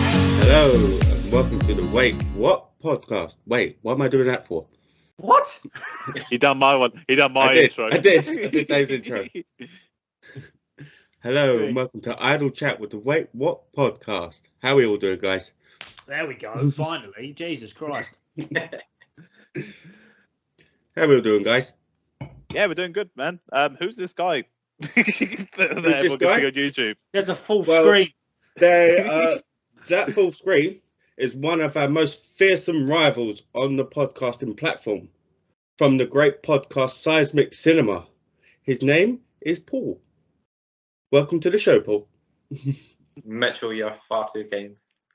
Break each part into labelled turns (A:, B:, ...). A: Hello and welcome to the Wait What podcast. Wait, what am I doing that for?
B: What?
C: He done my one. He done my
A: I did,
C: intro.
A: I did. I did Dave's intro. Hello and welcome to Idle Chat with the Wait What podcast. How we all doing, guys?
D: There we go. Finally, Jesus Christ.
A: How we all doing, guys?
C: yeah, we're doing good, man. Um, who's this guy? that everyone
A: this
C: can
A: guy?
C: see on YouTube.
D: There's a full
A: Well-
D: screen.
A: They, uh, that full screen is one of our most fearsome rivals on the podcasting platform from the great podcast Seismic Cinema. His name is Paul. Welcome to the show, Paul.
B: Mitchell, you're far too kind.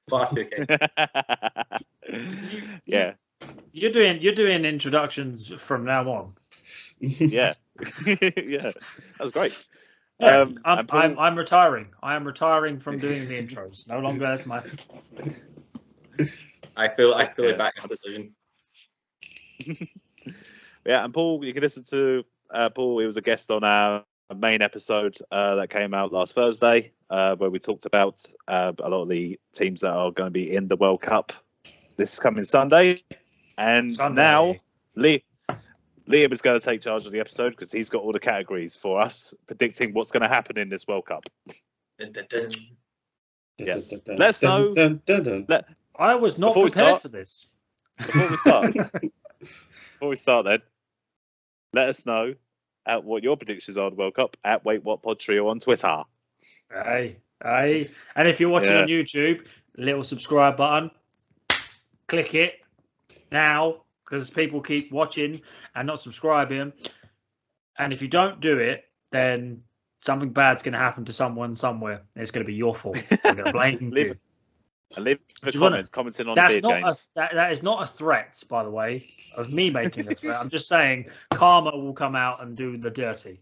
B: Far too kind.
C: yeah,
D: You're doing you're doing introductions from now on.
C: yeah, yeah. That was great.
D: Yeah,
C: Um,
D: I'm,
C: and Paul-
D: I'm I'm retiring. I am retiring from doing the intros. No longer as my
B: I feel I feel
C: Yeah.
B: it back his decision.
C: Yeah, and Paul, you can listen to uh, Paul. He was a guest on our main episode uh, that came out last Thursday, uh, where we talked about uh, a lot of the teams that are going to be in the World Cup this coming Sunday. And
D: Sunday.
C: now, Lee. Liam is going to take charge of the episode because he's got all the categories for us predicting what's going to happen in this World Cup.
B: Dun, dun, dun.
C: Yeah. Let's know-
A: Dun, dun, dun.
D: I was not
C: Before we
D: prepared
C: start-
D: for this.
C: Before we start, before we start, then let us know at what your predictions are of the World Cup at Wait What Pod Trio on Twitter.
D: Aye, aye. And if you're watching
C: Yeah.
D: on YouTube, little subscribe button. Click it now because people keep watching and not subscribing. And if you don't do it, then something bad's going to happen to someone somewhere. It's going to be your fault. We're going to blame
C: Leave
D: you.
C: it. And leave a
D: Do you wanna-
C: comment commenting on
D: That's
C: beard
D: not a,
C: games.
D: that, that is not a threat, by the way, of me making a threat. I'm just saying karma will come out and do the dirty.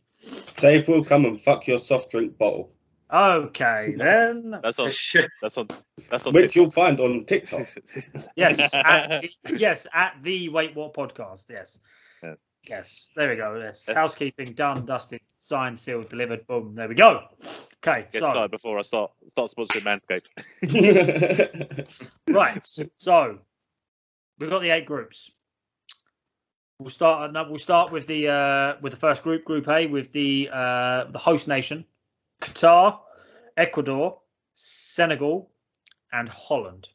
A: Dave will come and fuck your soft drink bottle,
D: Okay, then.
C: That's on.
B: Shit.
C: That's on. That's on.
A: which
C: TikTok.
A: you'll find on TikTok.
D: Yes, at, yes, at the Wait What podcast. Yes.
C: Yeah.
D: Yes, there we go. Yes,
C: Yeah.
D: housekeeping done, dusted, signed, sealed, delivered. Boom, there we go. Okay,
C: Get
D: so
C: started before I start start sponsoring Manscapes.
D: right, so we've got the eight groups. We'll start. no, We'll start with the uh, with the first group, Group A, with the uh, the host nation, Qatar, Ecuador, Senegal, and Holland.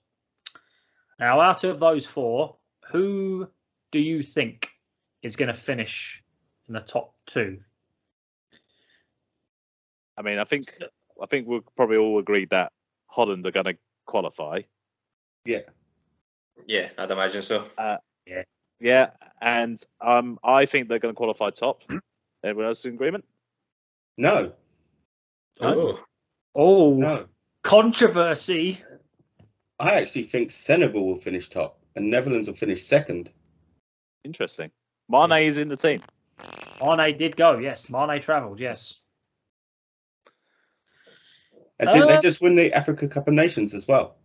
D: Now, out of those four, who do you think is going to finish in the top two?
C: I mean, I think I think we'll probably all agree that Holland are going to qualify.
B: Yeah, I'd imagine so.
C: Yeah, and um, I think they're going to qualify top. Everyone else in agreement?
A: no,
B: Oh,
D: Oh,
A: no.
D: controversy.
A: I actually think Senegal will finish top and Netherlands will finish second.
C: Interesting. Mane is in the team.
D: Mane did go. Yes, Mane travelled. Yes.
A: And didn't
D: Uh.
A: they just win the Africa Cup of Nations as well?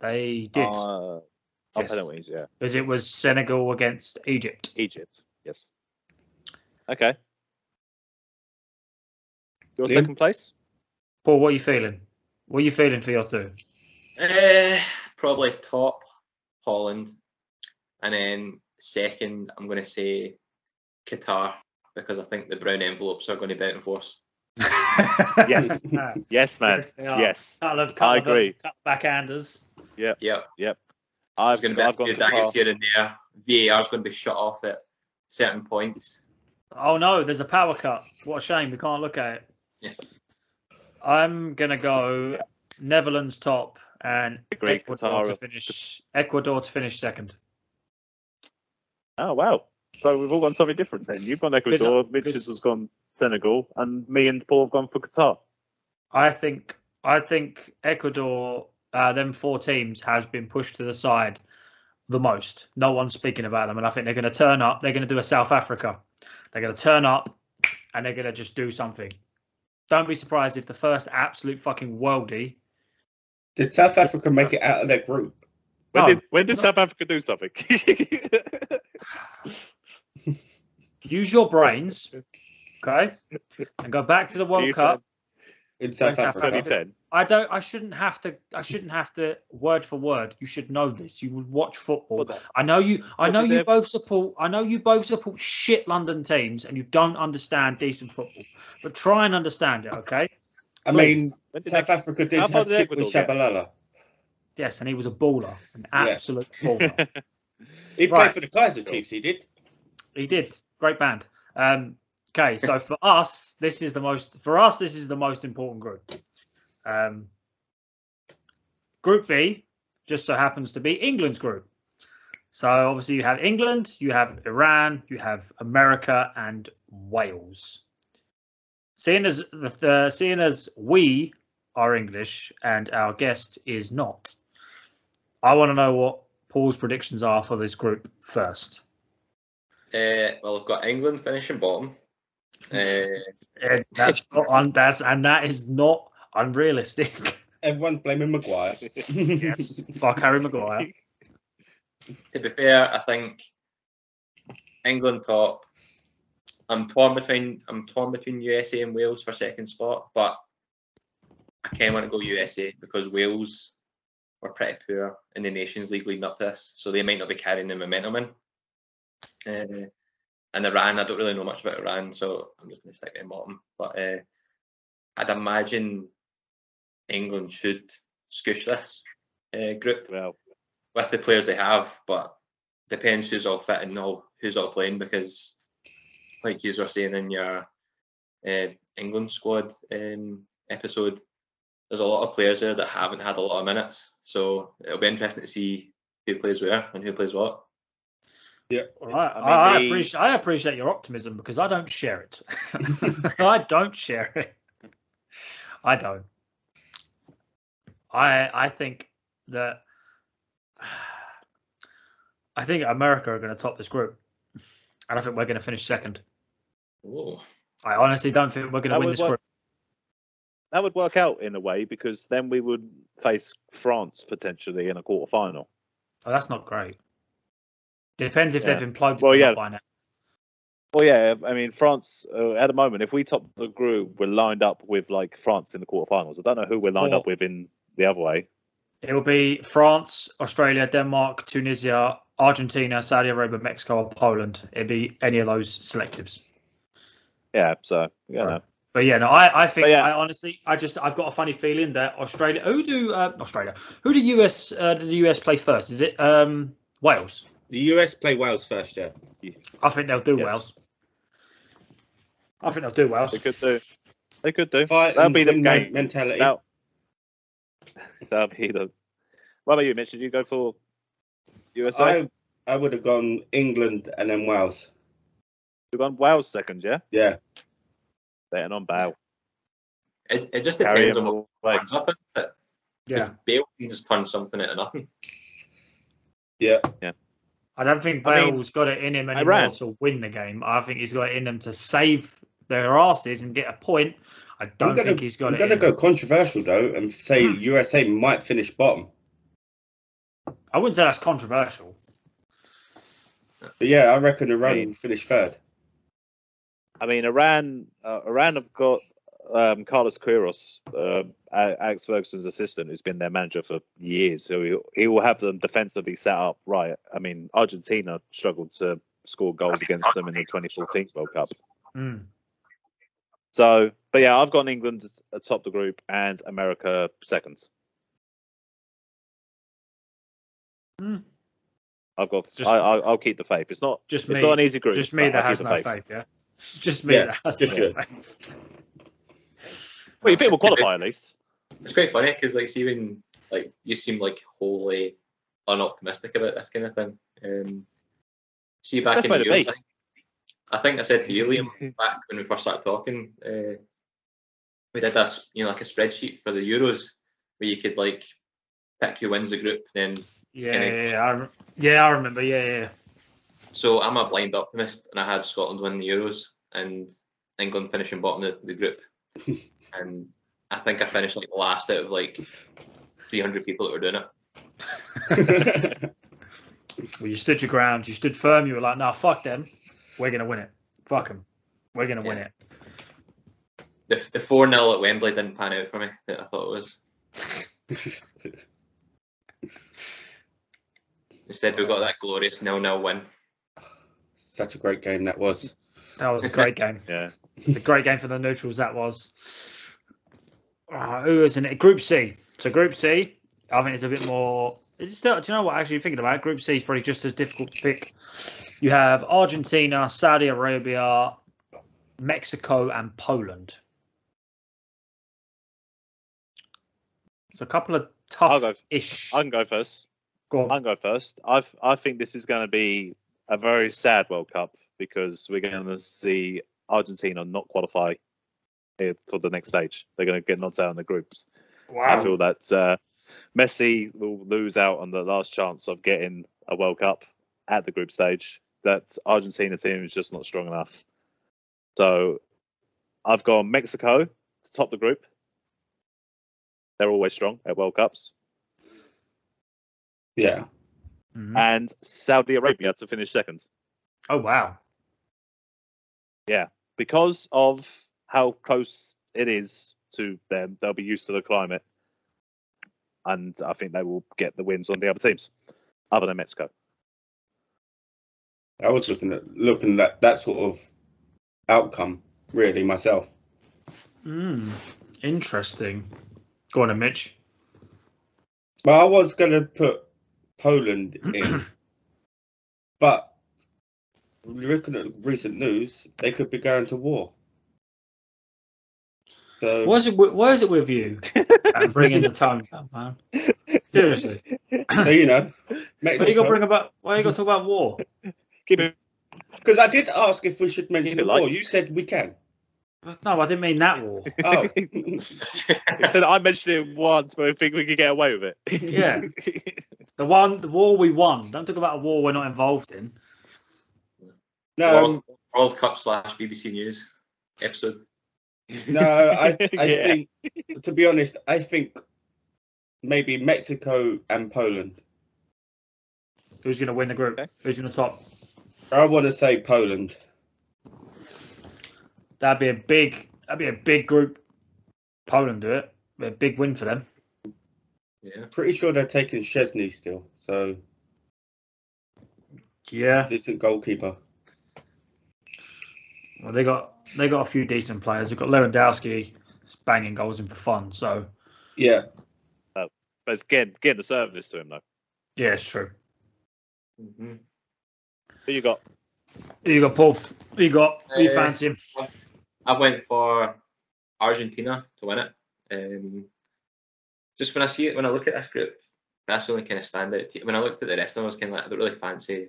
D: They did
C: Uh, on
D: Yes.
C: penalties, yeah.
D: because it was Senegal against Egypt.
C: Egypt, yes. Okay. Your
A: Liam?
C: second place?
D: Paul, what are you feeling? What are you feeling for your two?
B: eh, probably top Holland, and then second, I'm going to say Qatar because I think the brown envelopes are going to be out in force.
C: Yes.
D: Ah,
C: Yes, man.
D: they are.
C: Yes.
D: Couple of, couple
C: I
D: of
C: agree.
D: cut backhanders.
B: Yeah,
C: I've,
B: there's going to be
C: I've
B: a few
C: gone
B: daggers
C: Qatar.
B: here and there. VAR is going to be shut off at certain points.
D: Oh no, there's a power cut. What a shame we can't look at it.
B: Yeah.
D: I'm gonna go Netherlands top and
C: Agree,
D: Ecuador to
C: Qatar.
D: finish Ecuador to finish second.
C: Oh wow! So we've all gone something different then. You've gone Ecuador,
D: uh,
C: Mitchell's has gone Senegal, and me and Paul have gone for Qatar.
D: I think I think Ecuador, uh, them four teams, has been pushed to the side the most. No one's speaking about them, and I think they're going to turn up. They're going to do a South Africa. They're going to turn up, and they're going to just do something. Don't be surprised if the first absolute fucking worldie.
A: Did South Africa make it out of their group?
C: When
D: No.
C: did when did South Africa do something?
D: Use your brains, okay, and go back to the World
C: You
D: Cup
A: in South
D: South
A: Africa.
D: Africa.
C: 2010.
D: I don't. I shouldn't have to. I shouldn't have to word for word. You should know this. You would watch football.
C: What the-
D: I know you. I
C: What
D: know
C: did
D: you
C: they-
D: both support. I know you both support shit London teams, and you don't understand decent football. But try and understand it, okay?
A: I mean,
D: Please.
C: when did
A: South Africa did
C: How far
A: have
C: did
A: shit with
C: Ecuador get?
A: Shabalala.
D: Yes, and he was a baller, an absolute baller.
C: they-
A: He played
D: Right.
A: for the Kaiser Chiefs. He did.
D: He did. Great band. Um, okay, so for us, this is the most for us this is the most important group. Um, group B just so happens to be England's group. So obviously you have England, you have Iran, you have America and Wales. Seeing as the, the seeing as we are English and our guest is not, I want to know what Paul's predictions are for this group first.
B: Uh, well, I've got England finishing bottom. Uh,
D: And that's not un- that's and that is not unrealistic.
A: Everyone's blaming Maguire.
D: yes, fuck Harry Maguire.
B: to be fair, I think England top. I'm torn between I'm torn between USA and Wales for second spot, but I kind of want to go USA because Wales were pretty poor in the Nations League leading up to this, so they might not be carrying the momentum in. Uh, and Iran, I don't really know much about Iran, so I'm just going to stick them bottom. But uh, I'd imagine England should scoosh this uh, group
C: well,
B: with the players they have, but depends who's all fit and all who's all playing because, like you were saying in your uh, England squad um, episode, there's a lot of players there that haven't had a lot of minutes, so it'll be interesting to see who plays where and who plays what.
D: All right, I,
C: I mean,
D: I
C: the-
D: appreciate I appreciate your optimism because I don't share it. I don't share it. I don't. I I think that I think America are going to top this group, and I think we're going to finish second.
B: Oh,
D: I honestly don't think we're going
C: That
D: to win
C: would
D: this
C: work.
D: group.
C: that would work out in a way because then we would face France potentially in a quarter final.
D: Oh, that's not great. Depends if
C: Yeah.
D: they've imploded
C: Well,
D: or not
C: yeah.
D: by now.
C: Well, yeah, I mean France uh, at the moment. If we top the group, we're lined up with like France in the quarterfinals. I don't know who we're lined
D: Well-
C: up with in the other way.
D: It will be France, Australia, Denmark, Tunisia, Argentina, Saudi Arabia, Mexico, or Poland. It'd be any of those selectives.
C: Yeah, so yeah,
D: Right. But yeah, no, I, I think
C: But yeah.
D: I honestly I just I've got a funny feeling that Australia who do uh, Australia who do US uh, do the US play first? Is it um Wales?
A: the US play Wales first, yeah.
D: I think they'll do
C: Yes.
D: Wales. I think they'll do Wales.
C: they could do. They could do.
A: Fight
C: That'll
A: and
C: be the
A: win men-
C: game.
A: mentality.
C: Now, that'll be the. What about you, Mitch? Did you go for USA?
A: I I would have gone England and then Wales.
C: You gone Wales second, yeah.
A: Yeah.
C: Betting on Bow.
B: it, it just
C: Carry
B: depends on what
C: him away.
B: comes up, isn't it? Because Bale can just turn something into nothing.
A: Yeah.
D: I don't think
C: I mean,
D: Bale's got it in him anymore
C: Iran.
D: to win the game. I think he's got it in him to save their asses and get a point. I don't
A: I'm gonna,
D: think he's got
A: I'm
D: it.
A: gonna
D: in Hmm.
A: go
D: him.
A: controversial though and say USA might finish bottom.
D: I wouldn't say that's controversial.
A: But yeah, I reckon Iran
C: Right.
A: will finish third.
C: I mean, Iran. Uh, Iran have got um, Carlos Quiros, uh, A- Alex Ferguson's assistant, who's been their manager for years. So he he will have them defensively set up right. I mean, Argentina struggled to score goals against them in the 2014 World Cup.
D: Mm.
C: So, but yeah, I've got England atop the group and America second.
D: Hmm.
C: I've got.
D: Just-
C: I, I, I'll keep the faith. It's not.
D: Just
C: it's
D: me.
C: not an easy group.
D: just me
C: but
D: that
C: I'll
D: has
C: keep the
D: no faith. yeah. Just me
A: Yeah,
D: that has
A: just
D: no
A: you.
D: faith.
C: Well, you think we'll qualify at least?
B: it's quite funny because like see when like you seem like wholly unoptimistic about this kind of thing. Um, see back
C: That's
B: in the
C: what it
B: years,
C: be.
B: I think, I think I said to you, Liam, back when we first started talking, uh, we did this, you know, like a spreadsheet for the Euros where you could like pick who wins the group. Then,
D: Yeah,
B: Anyway.
D: yeah, yeah, I, re- yeah, I remember. Yeah, yeah, yeah.
B: so I'm a blind optimist, and I had Scotland win the Euros and England finishing bottom of the, the group, and I think I finished like last out of like 300 people that were doing it.
D: Well, you stood your ground. You stood firm. You were like, "Nah, fuck them. We're gonna win it. Fuck them. We're gonna win
B: Yeah.
D: it."
B: the the four 0 at Wembley didn't pan out for me that I thought it was. Instead, we got that glorious nil nil win.
A: Such a great game that was.
D: That was a great game.
C: Yeah.
D: It's a great game for the neutrals. That was. Uh, who is in it? Group C. So Group C, I think it's a bit more. It's still, do you know what? Actually, thinking about it, Group C is probably just as difficult to pick. You have Argentina, Saudi Arabia, Mexico, and Poland. It's a couple of tough
C: I'll go-
D: ish.
C: I can go first.
D: Go on.
C: I'll go first. I I think this is going to be a very sad World Cup because we're going to see Argentina not qualify eh, for the next stage. They're going to get knocked out in the groups. I feel that uh, Messi will lose out on the last chance of getting a World Cup at the group stage. That Argentina team is just not strong enough. So I've gone Mexico to top the group. They're always strong at World Cups.
A: Yeah.
D: Mhm.
C: And Saudi Arabia to finish second.
D: Oh, wow.
C: because of how close it is to them, they'll be used to the climate, and I think they will get the wins on the other teams, other than Mexico.
A: I was looking at looking at that sort of outcome really myself.
D: Mm, interesting. Go on, then, Mitch.
A: Well, I was gonna put Poland in, but looking at recent news, they could be going to war. So
D: Where's it? wi- Where's it with you? and bring in the tongue, cup, man. Seriously,
A: So you know,
D: why you got to
A: Mexico.
D: bring about? Why you got to talk about war?
C: Keep it.
A: Because I did ask if we should mention
C: Keep it
A: the war.
C: light.
A: You said we can.
D: No, I didn't mean that war.
A: Oh,
C: So I mentioned it once, but I think we could get away with it.
D: Yeah. The one, the war we won. Don't talk about a war we're not involved in.
A: no, um,
B: World, World Cup slash BBC News episode.
A: no. I, I
C: Yeah.
A: think, to be honest, I think maybe Mexico and Poland.
D: Who's going to win the group?
C: Okay.
D: Who's going to top?
A: I want to say Poland.
D: That'd be a big. That'd be a big group. Poland do it. Be a big win for them.
B: Yeah.
A: Pretty sure they're taking Chesney still, so
D: Yeah.
A: decent goalkeeper.
D: Well, they got they got a few decent players. They've got Lewandowski banging goals in for fun. So
A: Yeah,
C: But it's getting, getting the service to him, though.
D: yeah, it's true.
B: hmm
C: Who you got?
D: Who you got, Paul? Who you got? Who you
B: Uh,
D: fancy him?
B: I went for Argentina to win it. Um, just when I see it, when I look at this group, that's the only kind of standout. Team. When I looked at the rest of them, I was kind of like, I don't really fancy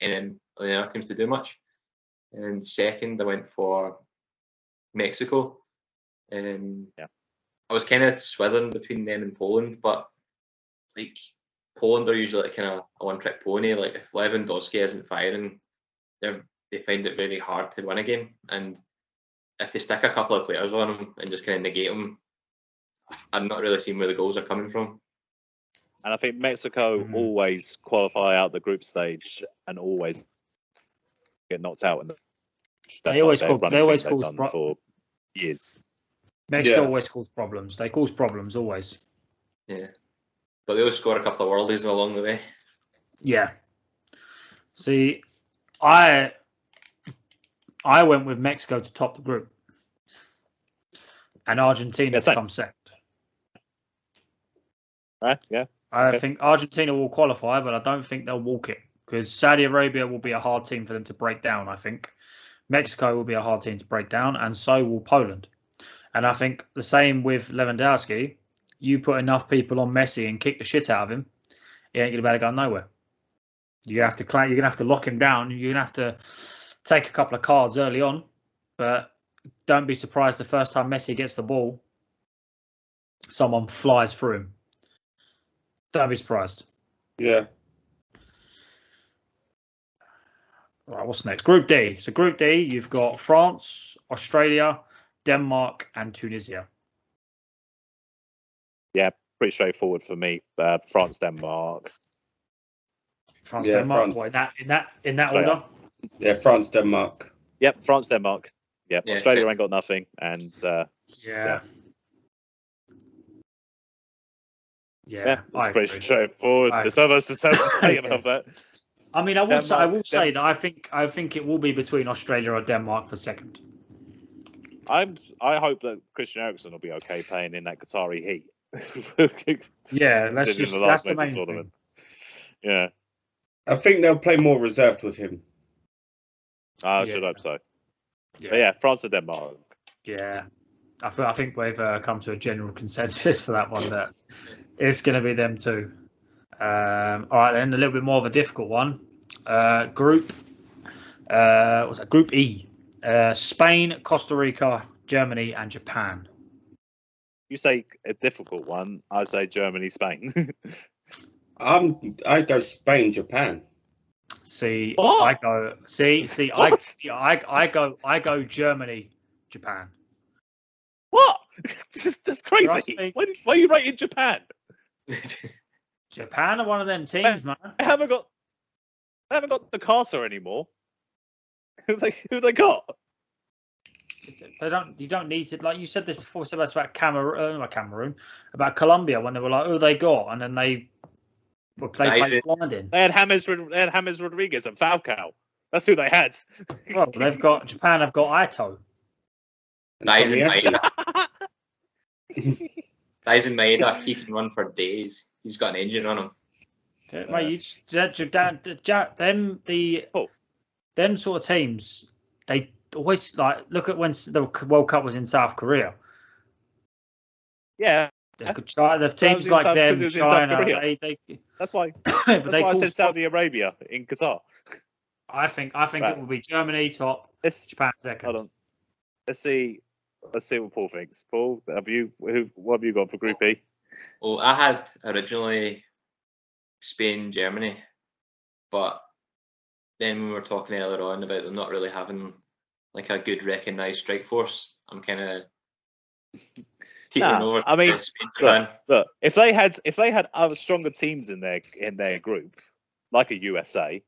B: any of the other teams to do much. And second, I went for Mexico. Um,
C: Yeah.
B: I was kind of swithering between them and Poland, but like Poland are usually like kind of a one-trick pony. Like if Lewandowski isn't firing, they they find it very hard to win a game. And if they stick a couple of players on him and just kind of negate him, I'm not really seeing where the goals are coming from.
C: And I think Mexico
D: Mhm.
C: always qualify out the group stage and always get knocked out. In the,
D: They always
C: their
D: call-
C: running
D: they
C: thing
D: always
C: they've
D: call
C: done
D: Spro-
C: for years.
D: Mexico
A: Yeah.
D: always cause problems. They cause problems always.
B: But they will score a couple of worldies along the way.
D: Yeah. See, I I went with Mexico to top the group, and Argentina
C: Yeah,
D: to
C: same.
D: come second.
C: Right? Yeah.
D: I
C: Okay.
D: think Argentina will qualify, but I don't think they'll walk it because Saudi Arabia will be a hard team for them to break down. I think Mexico will be a hard team to break down, and so will Poland. And I think the same with Lewandowski. You put enough people on Messi and kick the shit out of him, he ain't gonna be able to go nowhere. You're gonna have to cla- you're gonna have to lock him down. You're gonna have to take a couple of cards early on, but don't be surprised the first time Messi gets the ball, someone flies through him. Don't be surprised.
A: yeah.
D: Right, what's next? Group D. So Group D, you've got France, Australia, Denmark, and Tunisia.
C: pretty straightforward for me. Uh, France, Denmark.
D: France,
A: Yeah,
D: Denmark.
A: France.
D: What, in that in that in that
C: Australia.
D: order?
A: Yeah, France, Denmark.
C: Yep, France, Denmark. Yeah,
B: Yeah,
C: Australia
B: sure.
C: ain't got nothing, and uh,
D: Yeah. Yeah,
C: yeah,
D: I
C: it's pretty
D: agree.
C: straightforward.
D: I
C: There's not much to say to
D: Okay.
C: say about that.
D: I mean, I would say, I
C: Denmark-
D: will say that I think I think it will be between Australia or Denmark for second.
C: I'm. I hope that Christian Eriksen will be okay playing in that Qatari heat. That's
D: Yeah, that's just that's the main thing.
C: Yeah,
A: I think they'll play more reserved with him.
C: I
D: Yeah.
C: should hope so.
D: Yeah,
C: But yeah, France and Denmark.
D: yeah. I, feel, I think we've uh, come to a general consensus for that one that it's going to be them two. Um, all right, then a little bit more of a difficult one. Uh, group, uh, what's that? Group E: uh, Spain, Costa Rica, Germany, and Japan.
C: You say a difficult one. I say Germany, Spain.
A: I'm I go Spain, Japan.
D: See,
C: What?
D: I go. See, see, I,
C: What?
D: see, I, I go, I go Germany, Japan.
C: what? Just- That's
D: Trust me.
C: crazy. Why, did- why are you rating Japan?
D: Japan are one of them teams, man.
C: They haven't got. They haven't got the Carter anymore. Who they who they got?
D: They don't. You don't need to. Like you said this before, so that's about Cameroon, uh, not Cameroon, about Colombia when they were like, "Oh, they got," and then they were
B: That
D: played
B: is
D: like
B: it.
D: blinding.
C: They had James. Rod- They had James Rodriguez and Falcao. That's who they had.
D: Oh, Well, they've got Japan. Have got Ito.
A: And
B: That is
A: Iniesta.
B: amazing. That is in Maeda. He can run for days. He's got an engine on him.
D: Mate, you just, that- that- that- that- them the
C: Oh.
D: them sort of teams. They always like look at when s- the World Cup was in South Korea.
C: yeah,
D: They could try the teams
C: in
D: like
C: South-
D: them,
C: because it was in South
D: China.
C: Korea.
D: They, they,
C: that's why.
D: but
C: That's
D: they
C: why I
D: cause-
C: said Saudi Arabia in Qatar.
D: I think I think
C: Right.
D: it will be Germany top,
C: Let's
D: Japan second.
C: hold on. Let's see. Let's see what Paul thinks. Paul, have you who? What have you got for Group E?
B: Well, I had originally Spain, Germany, but then when we were talking earlier on about them not really having like a good recognised strike force, I'm kind of taking
C: Nah,
B: over.
C: I mean,
B: to Spain, Japan.
C: Look, if they had if they had other stronger teams in their in their group, like a USA,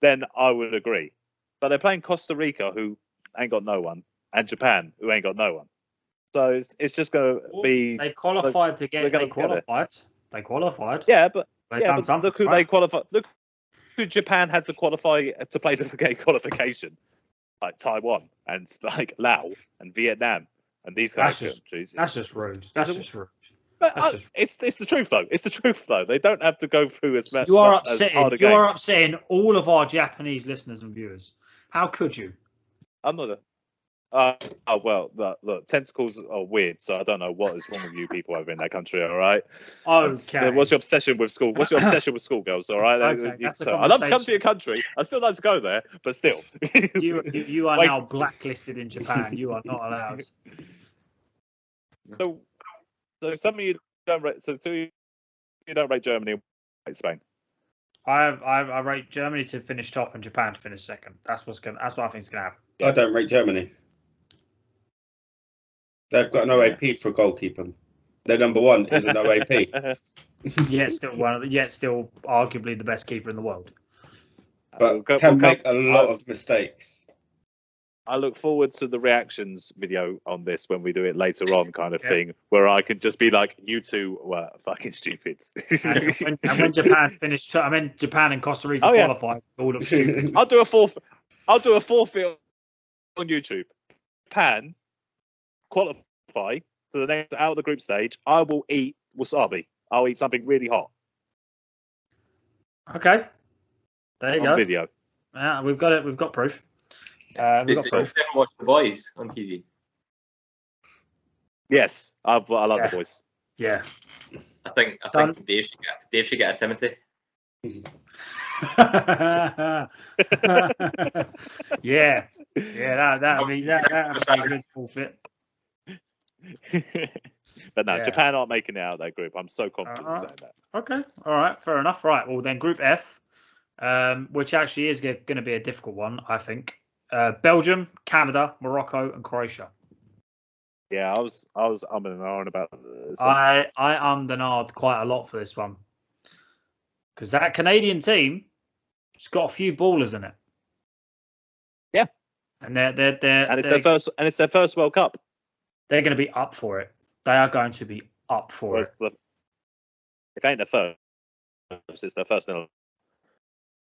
C: then I would agree. But they're playing Costa Rica, who ain't got no one, and Japan, who ain't got no one. So it's, it's just going to be
D: They qualified to
C: they're
D: get.
C: gonna
D: They
C: get it.
D: qualified. They qualified.
C: yeah, but
D: They
C: yeah,
D: done
C: but
D: something.
C: look who they
D: right?
C: qualify. Look who Japan had to qualify to play to get qualification, like Taiwan and like Laos and Vietnam and these kind
D: That's
C: of
D: just-
C: countries.
D: That's just rude. That's
C: it-
D: just rude.
C: But
D: that's
C: I-
D: just-
C: it's it's the truth though. It's the truth though. They don't have to go through as much.
D: You are
C: as hard a
D: upsetting. You are
C: games.
D: upsetting all of our Japanese listeners and viewers. How could you?
C: I'm not a. Uh, oh well, look, look, tentacles are weird, so I don't know what is wrong with you people over in that country. All right. That's-
D: Okay.
C: What's your obsession with school? What's your obsession with schoolgirls? All right.
D: Okay,
C: You-
D: that's a
C: so- I love to come to
D: conversation.
C: your country. I still like to go there, but still.
D: you, you, you are
C: Wait.
D: now blacklisted in Japan. You are not allowed.
C: So, so some of you don't. Rate, so two, of you- you don't rate Germany, and rate Spain.
D: I have, I, I rate Germany to finish top and Japan to finish second. That's what's going. to That's what I think is going to happen.
A: I don't rate Germany. They've got no AP for goalkeeper. Their number one is an OAP.
D: Yet still one. Of the, yet still arguably the best keeper in the world.
C: We'll
A: but
C: go-
A: can
C: we'll go-
A: make a lot
C: I'll-
A: of mistakes.
C: I look forward to the reactions video on this when we do it later on, kind of thing, where I can just be like, "You two were fucking stupid."
D: And when, and when Japan finished, to- I mean Japan and Costa Rica
C: Oh, yeah.
D: qualified. All of stupid.
A: I'll
C: I'll do a fourth. I'll do a forfeit on YouTube. Pan qualify to the next out of the group stage. I will eat wasabi. I'll eat something really hot
D: Okay. There you
C: on
D: go.
C: video.
D: Yeah, we've got it. We've got proof. Uh, we've
B: Did,
D: got
B: did you
D: proof.
B: ever watch The Boys on TV?
C: Yes, I've, I love
D: Yeah.
C: the voice.
D: Yeah.
B: I think I
D: Done.
B: think Dave should get Dave should get a Timothy.
D: yeah. Yeah. That. That. I mean, that. That would be a good forfeit.
C: but no,
D: Yeah.
C: Japan aren't making it out of that group. I'm so confident
D: Uh-uh.
C: in saying that.
D: Okay. All right. Fair enough. Right. Well, then Group F, um, which actually is going to be a difficult one, I think. Uh, Belgium, Canada, Morocco, and Croatia.
C: Yeah, I was, I was umming and ahhing about this. one.
D: I I ummed and ahed quite a lot for this one because that Canadian team, it's got a few ballers in it.
C: Yeah.
D: and they're they're they're
C: and it's
D: they're,
C: their first and it's their first World Cup.
D: they're going to be up for it. They are going to be up for
C: Well,
D: it.
C: well, It ain't their first. It's their first. in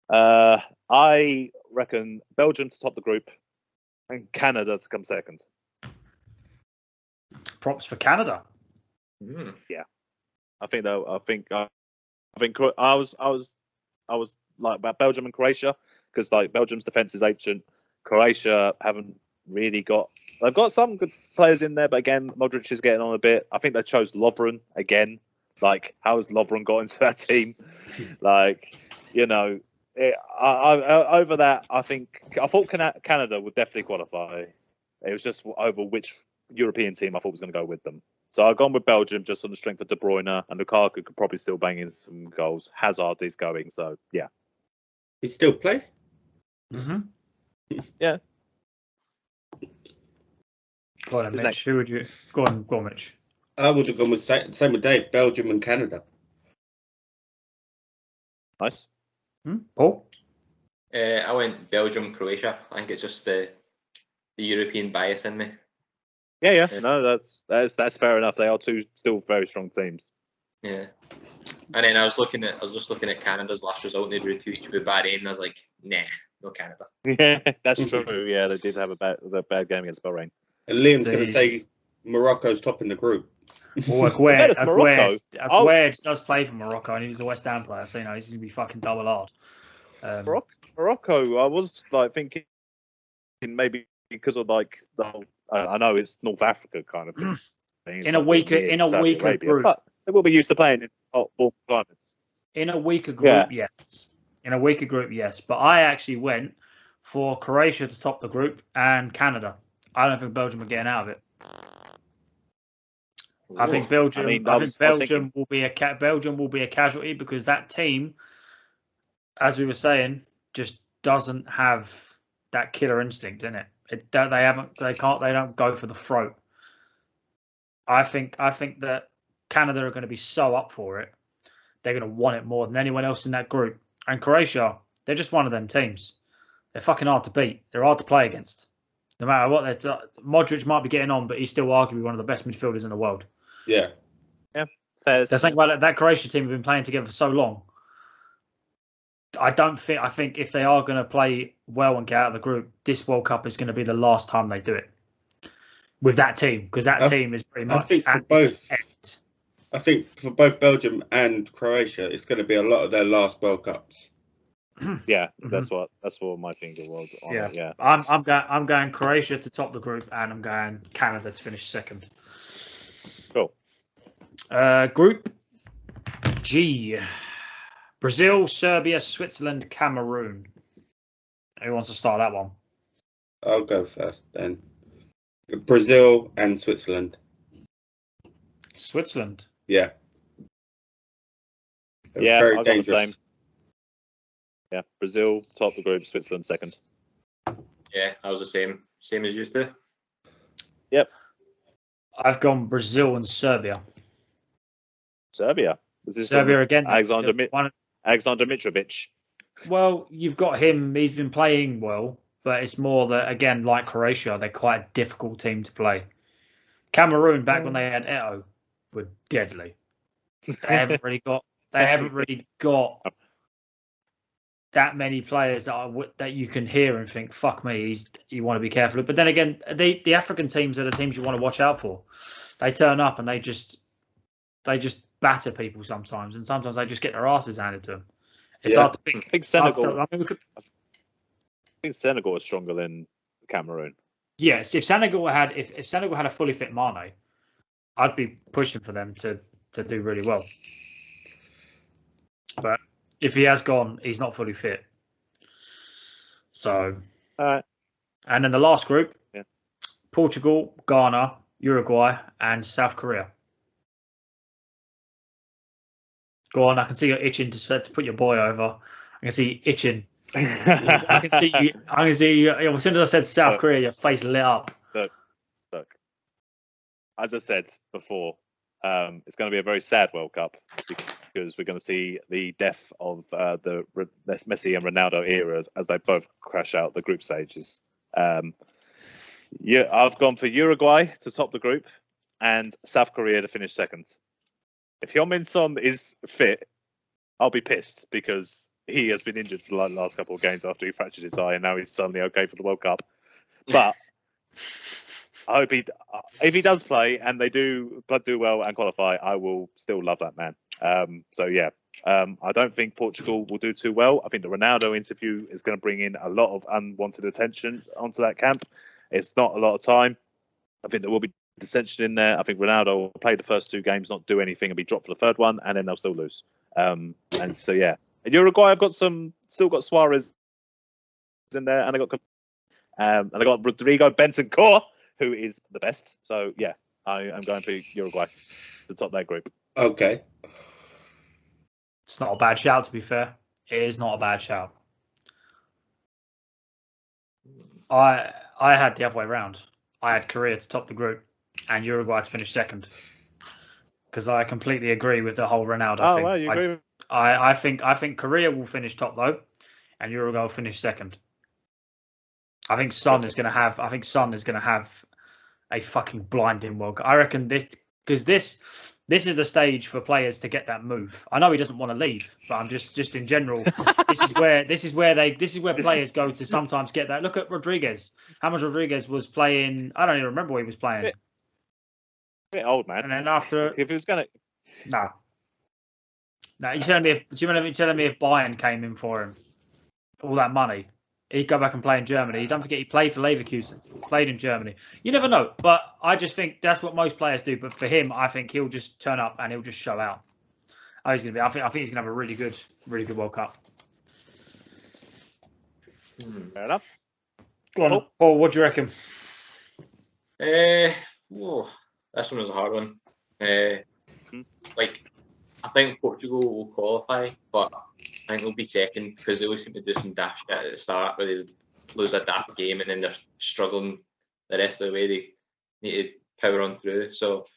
C: a- Uh, I reckon Belgium to top the group, and Canada to come second.
D: Props for Canada.
B: Mm.
C: I think though. I think. I, I think. Cro- I was. I was. I was like about Belgium and Croatia because like Belgium's defense is ancient. Croatia haven't really got. They've got some good players in there, but again, Modric is getting on a bit. I think they chose Lovren again. Like, how has Lovren got into that team? like, you know, it, I, I, I- over that, I think I thought Cana- Canada would definitely qualify. It was just over which European team I thought was going to go with them. So I've gone with Belgium just on the strength of De Bruyne and Lukaku could probably still bang in some goals. Hazard is going, so yeah.
A: He still play?
D: Mm-hmm.
C: Yeah.
D: Go on, then,
C: Who's
D: Mitch.
C: next?
D: Who would you go on? Go on, Mitch.
A: I would have gone with sa- same with Dave, Belgium and Canada.
C: Nice.
D: Hmm? Paul.
B: Uh, I went Belgium, Croatia. I think it's just the the European bias in me.
C: Yeah, yeah.
B: Yeah.
C: No, that's that's that's fair enough. They are two still very strong teams.
B: Yeah. And then I was looking at I was just looking at Canada's last result and they drew two each with Bahrain and I was like, nah, no Canada.
C: Yeah, that's true. Yeah, they did have a bad, a bad game against Bahrain.
A: And Liam's
D: So
A: going to
D: he-
A: say Morocco's topping the group.
D: Well, Agued,
C: That is Morocco.
D: Agued,
C: Oh.
D: Agued does play for Morocco, and he's a West Ham player, so you know he's going to be fucking double hard. Um,
C: Morocco? Morocco, I was like thinking maybe because of like the whole, I, I know it's North Africa kind of thing.
D: In a weaker- in a
C: Saudi
D: weaker group.
C: but they will be used to playing in hot warm climates.
D: In a weaker group,
C: Yeah.
D: yes. In a weaker group, yes. But I actually went for Croatia to top the group and Canada. I don't think Belgium are getting out of it. I think Belgium. I,
C: mean, I
D: think
C: was- I was
D: Belgium will be a ca- Belgium will be a casualty because that team, as we were saying, just doesn't have that killer instinct in it. it that they haven't. They can't. They don't go for the throat. I think. I think that Canada are going to be so up for it. They're going to want it more than anyone else in that group. And Croatia, they're just one of them teams. They're fucking hard to beat. They're hard to play against. No matter what, they're Modric might be getting on, but he's still arguably one of the best midfielders in the world.
A: Yeah.
D: There's
C: Says,
D: something about it. That Croatia team have been playing together for so long. I don't think. I think if they are going to play well and get out of the group, this World Cup is going to be the last time they do it with that team because that
A: I-
D: team is pretty
A: I
D: much
A: think for
D: at
A: both,
D: the end.
A: I think for both Belgium and Croatia, it's going to be a lot of their last World Cups.
C: yeah, that's what that's what my finger was on.
D: Yeah.
C: it, Mhm. yeah.
D: I'm I'm going I'm going Croatia to top the group and I'm going Canada to finish second.
C: Cool.
D: Uh, group G: Brazil, Serbia, Switzerland, Cameroon. Who wants to start that one?
A: I'll go first then. Brazil and Switzerland.
D: Switzerland.
A: Yeah. They're
C: Yeah, I got the same. Yeah, Brazil top the group, Switzerland second.
B: Yeah, I was the same same as used to.
D: I've gone Brazil and Serbia.
C: Serbia. This is
D: Serbia again.
C: Alexander
D: the
C: Mi-
D: one-
C: Alexander Mitrovic.
D: well, you've got him. He's been playing well, but it's more that again, like Croatia, they're quite a difficult team to play. Cameroon, back when they had Eto, were deadly. They haven't really got. They haven't really got that many players that are, w- that you can hear and think, "Fuck me," he's, you want to be careful. of." But then again, the the African teams are the teams you want to watch out for. They turn up and they just they just batter people sometimes, and sometimes they just get their asses handed to them. It's
A: Yeah.
D: hard to pick.
C: I think
D: it's hard to-
C: Senegal. I
D: I mean, we could,
C: think Senegal is stronger than Cameroon.
D: yes, if Senegal had if, if Senegal had a fully fit Mane, I'd be pushing for them to to do really well. But if he has gone, he's not fully fit. So
C: All right.
D: And then the last group
C: Yeah.
D: Portugal, Ghana, Uruguay, and South Korea. Go on, I can see you're itching to, set, to put your boy over. I can see you itching. I can see you. I can see you. As soon as I said South
C: Look.
D: Korea, your face lit up.
C: as I said before, um, it's going to be a very sad World Cup because we're going to see the death of uh, the Re- Messi and Ronaldo eras as they both crash out the group stages. Um, yeah, I've gone for Uruguay to top the group and South Korea to finish second. If Min Son is fit, I'll be pissed because he has been injured for the last couple of games after he fractured his eye, and now he's suddenly okay for the World Cup. But I hope he, Uh, if he does play and they do but do well and qualify, I will still love that man. Um, so yeah, um, I don't think Portugal will do too well. I think the Ronaldo interview is going to bring in a lot of unwanted attention onto that camp. It's not a lot of time. I think there will be dissension in there. I think Ronaldo will play the first two games, not do anything, and be dropped for the third one, and then they'll still lose. Um, and so yeah, and Uruguay, I've got some, still got Suarez in there, and I got um, and I got Rodrigo Bentancur, who is the best. So yeah, I am going for Uruguay to top that group.
A: Okay.
D: It's not a bad shout, to be fair. It is not a bad shout. I I had the other way round. I had Korea to top the group and Uruguay to finish second. Because I completely agree with the whole Ronaldo
C: Oh
D: thing.
C: well, you
D: I-
C: agree? with-
D: I, I think I think Korea will finish top though, and Uruguay will finish second. I think Son is going to have. I think Son is going to have a fucking blinding World Cup. I reckon this because this this is the stage for players to get that move. I know he doesn't want to leave, but I'm just just in general. this is where this is where they this is where players go to sometimes get that. Look at Rodriguez. How much Rodriguez was playing? I don't even remember what he was playing.
C: a bit old
D: And
C: man.
D: then after
C: If he was gonna,
D: no. No, you're telling me if do you remember you're telling me if Bayern came in for him, all that money, he'd go back and play in Germany. Don't forget he played for Leverkusen, played in Germany. You never know, but I just think that's what most players do. But for him, I think he'll just turn up and he'll just show out. Oh, he's gonna be. I think I think he's gonna have a really good, really good World Cup.
B: Hmm.
C: fair enough.
D: Go on,
C: Cool.
D: Paul. What do you reckon?
B: Eh, whoa, this one was a hard one. Eh,
C: Mhm.
B: like, I think Portugal will qualify, but I think they'll be second because they always seem to do some dash shit at the start where they lose a daft game and then they're struggling the rest of the way. They need to power on through. So,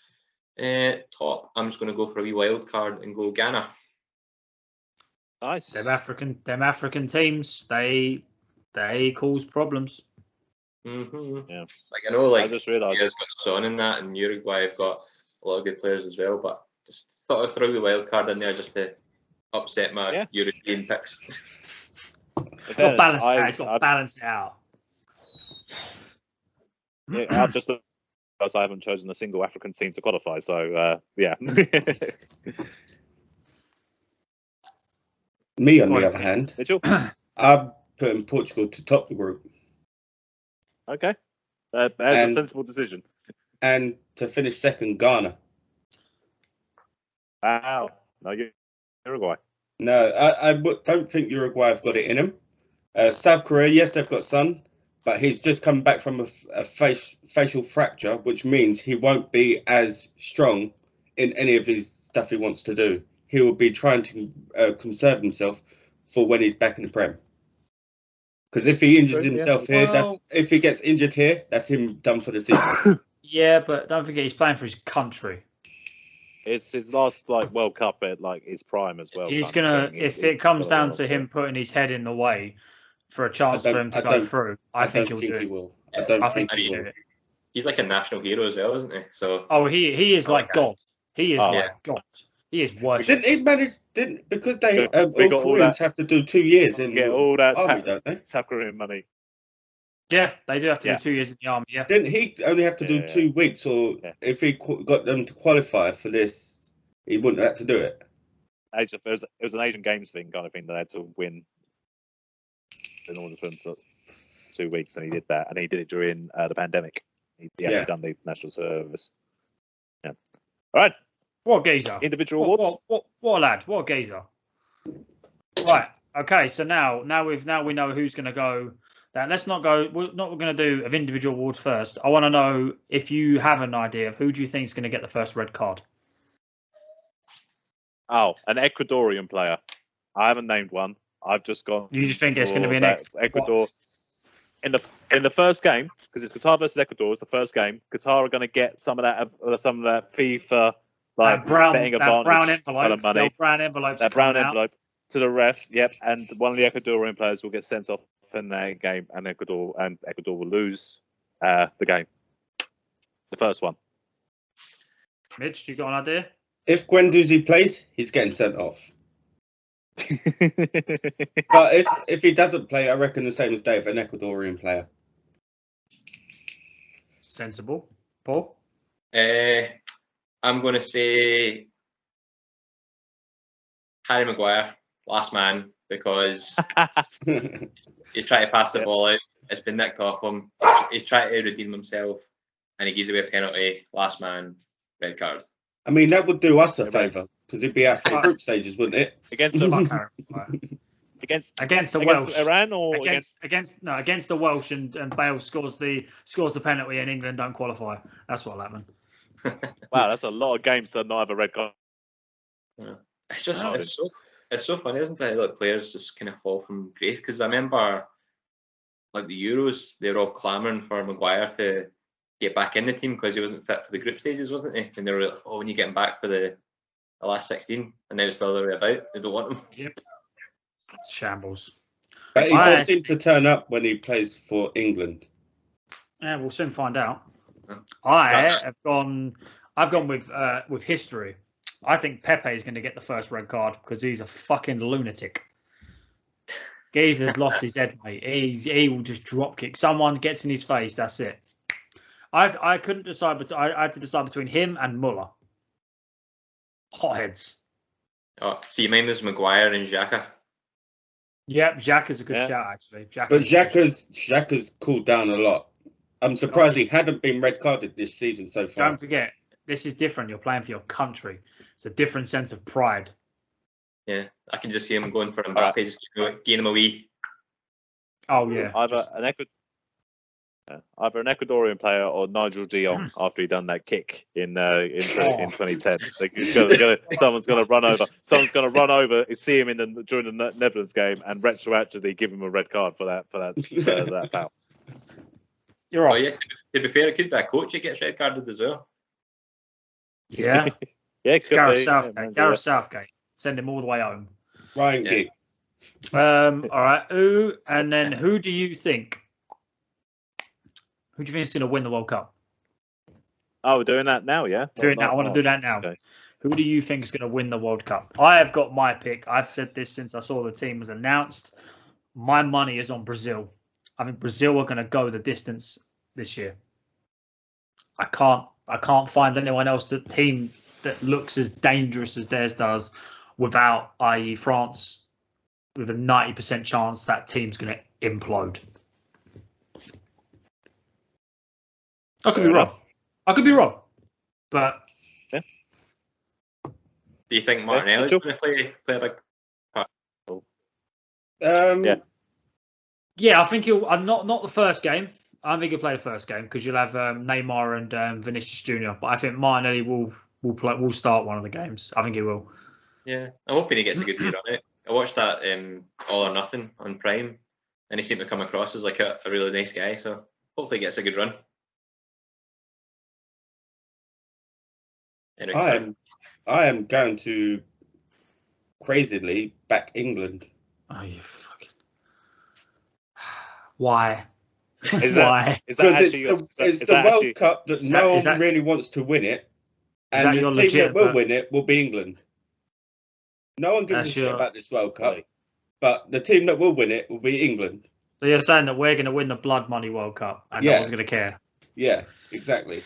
B: eh, top, I'm just going to go for a wee wild card and go Ghana.
C: Nice.
D: Them African, them African teams, they they cause problems.
B: hmm
C: Yeah.
B: Like, I know,
C: I
B: like,
C: just realised.
B: Yeah, it's got Son in that, and Uruguay have got a lot of good players as well. But just thought I'd throw the wild card in there just to upset my
C: Yeah.
B: European picks.
C: But
D: Got to
C: then
D: balance it
C: I-
D: out. It's got
C: I-
D: to balance it out.
C: Yeah, I've just because I haven't chosen a single African team to qualify. So uh, yeah,
A: Me, on
D: Go
A: the
D: on,
A: other
D: Pete.
A: hand,
C: Mitchell.
A: I'm putting Portugal to top the group
C: Okay, uh, that's a
A: And-
C: sensible decision.
A: and to finish second, Ghana.
C: Wow. No, you Uruguay.
A: No, I, I w- don't think Uruguay have got it in them. Uh, South Korea, yes, they've got Sun, but he's just come back from a, f- a face, facial fracture, which means he won't be as strong in any of his stuff he wants to do. He will be trying to uh, conserve himself for when he's back in the Prem. Because if he injures
C: True, yeah.
A: himself here, that's
D: Well-
A: if he gets injured here, that's him done for the season.
D: Yeah, but don't forget he's playing for his country.
C: It's his last like World Cup at like his prime as well.
D: he's
C: kind of
D: gonna.
C: thing. He-
D: If
C: he's
D: it comes
C: got a lot
D: down to
C: of-
D: him putting his head in the way for a chance for
A: don't-
D: him to
A: I
D: go
A: don't-
D: through, I, think he'll
A: don't
D: do
A: think he
D: it.
A: will. I don't
D: I think
A: he
D: he'll
A: will.
D: do it.
B: He's like a national hero as well, isn't he? So
D: Oh, he he is like
B: Okay.
D: God. He is
C: Oh,
D: like
B: yeah.
D: God. He is
A: But
D: worshipped.
A: Didn't he manage? Didn't because they
C: We-
A: um,
C: we
A: all
C: got all
A: Koreans have to do two years in
C: get all that
A: army,
C: South,
A: Oh, don't they?
C: South Korean money.
D: Yeah, they do have to
C: Yeah.
D: do two years in the army. Yeah,
A: Didn't he only have to do
C: Yeah.
A: two weeks, or
C: Yeah.
A: if he qu- got them to qualify for this, he wouldn't have to do it.
C: Asian, it was it was an Asian Games thing kind of thing that they had to win in order for him to two weeks, and he did that, and he did it during uh, the pandemic. He, he actually
A: Yeah.
C: done the national service. Yeah. All right.
D: what a geezer?
C: Individual
D: What,
C: awards.
D: what, what, what a lad? What a geezer? Right. Okay. So now, now we've now we know who's going to go. That let's not go. We're not we're going to do of individual awards first. I want to know if you have an idea of who do you think is going to get the first red card.
C: Oh, an Ecuadorian player. I haven't named one. I've just gone.
D: You just think it's going to
C: for
D: be an
C: that
D: ex-
C: Ecuador in the in the first game because it's Qatar versus Ecuador. It's the first game. Qatar are going to get some of that uh, some of that FIFA like
D: that brown,
C: betting
D: that
C: advantage,
D: brown
C: kind of
D: envelope.
C: money.
D: That brown envelope.
C: that brown envelope to the ref. Yep, and one of the Ecuadorian players will get sent off in their game, and Ecuador and Ecuador will lose uh, the game, the first one.
D: Mitch, you got an idea?
A: If Guendouzi plays, he's getting sent off. But if if he doesn't play, I reckon the same as Dave, an Ecuadorian player.
D: Sensible. Paul?
C: Oh.
B: Uh, I'm going to say Harry Maguire, last man, because he's trying to pass the
C: Yeah.
B: ball out. It's been nicked off him. He's trying to redeem himself, and he gives away a penalty. Last man, red card.
A: I mean, that would do us a
C: Yeah, but-
A: favour because it'd be out for the group stages, wouldn't it?
C: against
D: Fuck
C: the,
D: Harry Maguire.
C: against
D: against the
C: against
D: Welsh.
C: Iran or against
D: against against no against the Welsh and, and Bale scores the scores the penalty and England don't qualify. That's what'll happen.
C: wow, that's a lot of games to not have a red card.
B: It's just
C: Oh.
B: it's so it's so funny, isn't it? Like players just kind of fall from grace because I remember like the Euros, they were all clamouring for Maguire to get back in the team because he wasn't fit for the group stages, wasn't he? And they were like, "Oh, when you get him back for the, the last 16?" And now it's the other way about. They don't want him.
D: Shambles.
A: But he
D: Aye.
A: does seem to turn up when he plays for England.
D: Yeah, we'll soon find out.
B: Yeah.
D: I
B: Right.
D: have gone. I've gone with uh, with history. I think Pepe is going to get the first red card because he's a fucking lunatic. Geezer's lost his head, mate. He's, he will just drop kick. Someone gets in his face. That's it. I I couldn't decide, but I, I had to decide between him and Muller. Hotheads.
B: Oh, see, mine was Maguire and Xhaka.
D: Yep, Jack is a good
C: Yeah.
D: shout actually. Jack
A: But
D: is a good
A: Xhaka's Xhaka's cooled down a lot. I'm surprised he hadn't been red carded this season so
D: shout.
A: far.
D: Don't forget, this is different. You're playing for your country. It's a different sense of pride.
B: Yeah, I can just see him going for Mbappe,
C: Alright.
B: just giving him a- giving him a wee.
D: Oh yeah.
C: Either
D: just-
C: an Ecuador. Either an Ecuadorian player or Nigel De Jong after he done that kick in uh, in, tw- in 2010. Like, he's gonna, gonna, someone's going to run over. Someone's going to run over. See him in the during the Ne- Netherlands game and retroactively give him a red card for that for that for that foul.
D: You're
B: Oh
D: off.
B: yeah, to be, to be fair, it could be a coach that gets red carded as well.
D: Yeah.
C: Yeah, it could
D: Gareth
C: be.
D: Southgate.
C: Yeah,
D: Gareth Southgate. Send him all the way home.
A: Ryan
B: Yeah.
A: Giggs.
D: Um, all right. Who and then who do you think? Who do you think is going to win the World Cup?
C: Oh, we're doing that now, yeah.
D: Do it now. I want to do that now.
C: Okay.
D: Who do you think is going to win the World Cup? I have got my pick. I've said this since I saw the team was announced. My money is on Brazil. I think Brazil are going to go the distance this year. I can't. I can't find anyone else that team that looks as dangerous as theirs does, without i.e. France, with a ninety percent chance that team's going to implode. I could be
C: Fair
D: wrong. I could be wrong, but
B: Do you think Martinelli's
C: sure.
B: going to play play a big
A: Um,
C: Yeah.
D: Yeah, I think he'll. Uh, not not the first game. I don't think he'll play the first game because you'll have um, Neymar and um, Vinicius Junior. But I think Martinelli will will play will start one of the games. I think he will.
B: Yeah, I'm hoping he gets a good read on it. I watched that um, All or Nothing on Prime, and he seemed to come across as like a, a really nice guy. So hopefully, he gets a good run. Anyway,
A: I am I am going to crazily back England.
D: Oh, you fucking. Why?
C: Is that-
D: Why?
C: Is that
A: Because it's
C: actually?
A: the,
C: is that-
A: it's
C: is
A: the
C: that
A: World
C: actually-
A: Cup that
D: Is
A: no
D: that-
A: one
D: is that-
A: really wants to win it,
D: that
A: and the
D: your
A: team
D: legit-
A: that will
D: but-
A: win it will be England. No one gives
D: That's
A: a shit
D: your-
A: about this World Cup,
C: Really?
A: but the team that will win it will be England.
D: So you're saying that we're going to win the blood money World Cup and no
A: Yeah.
D: one's going to care? Uh,
A: Yeah, exactly.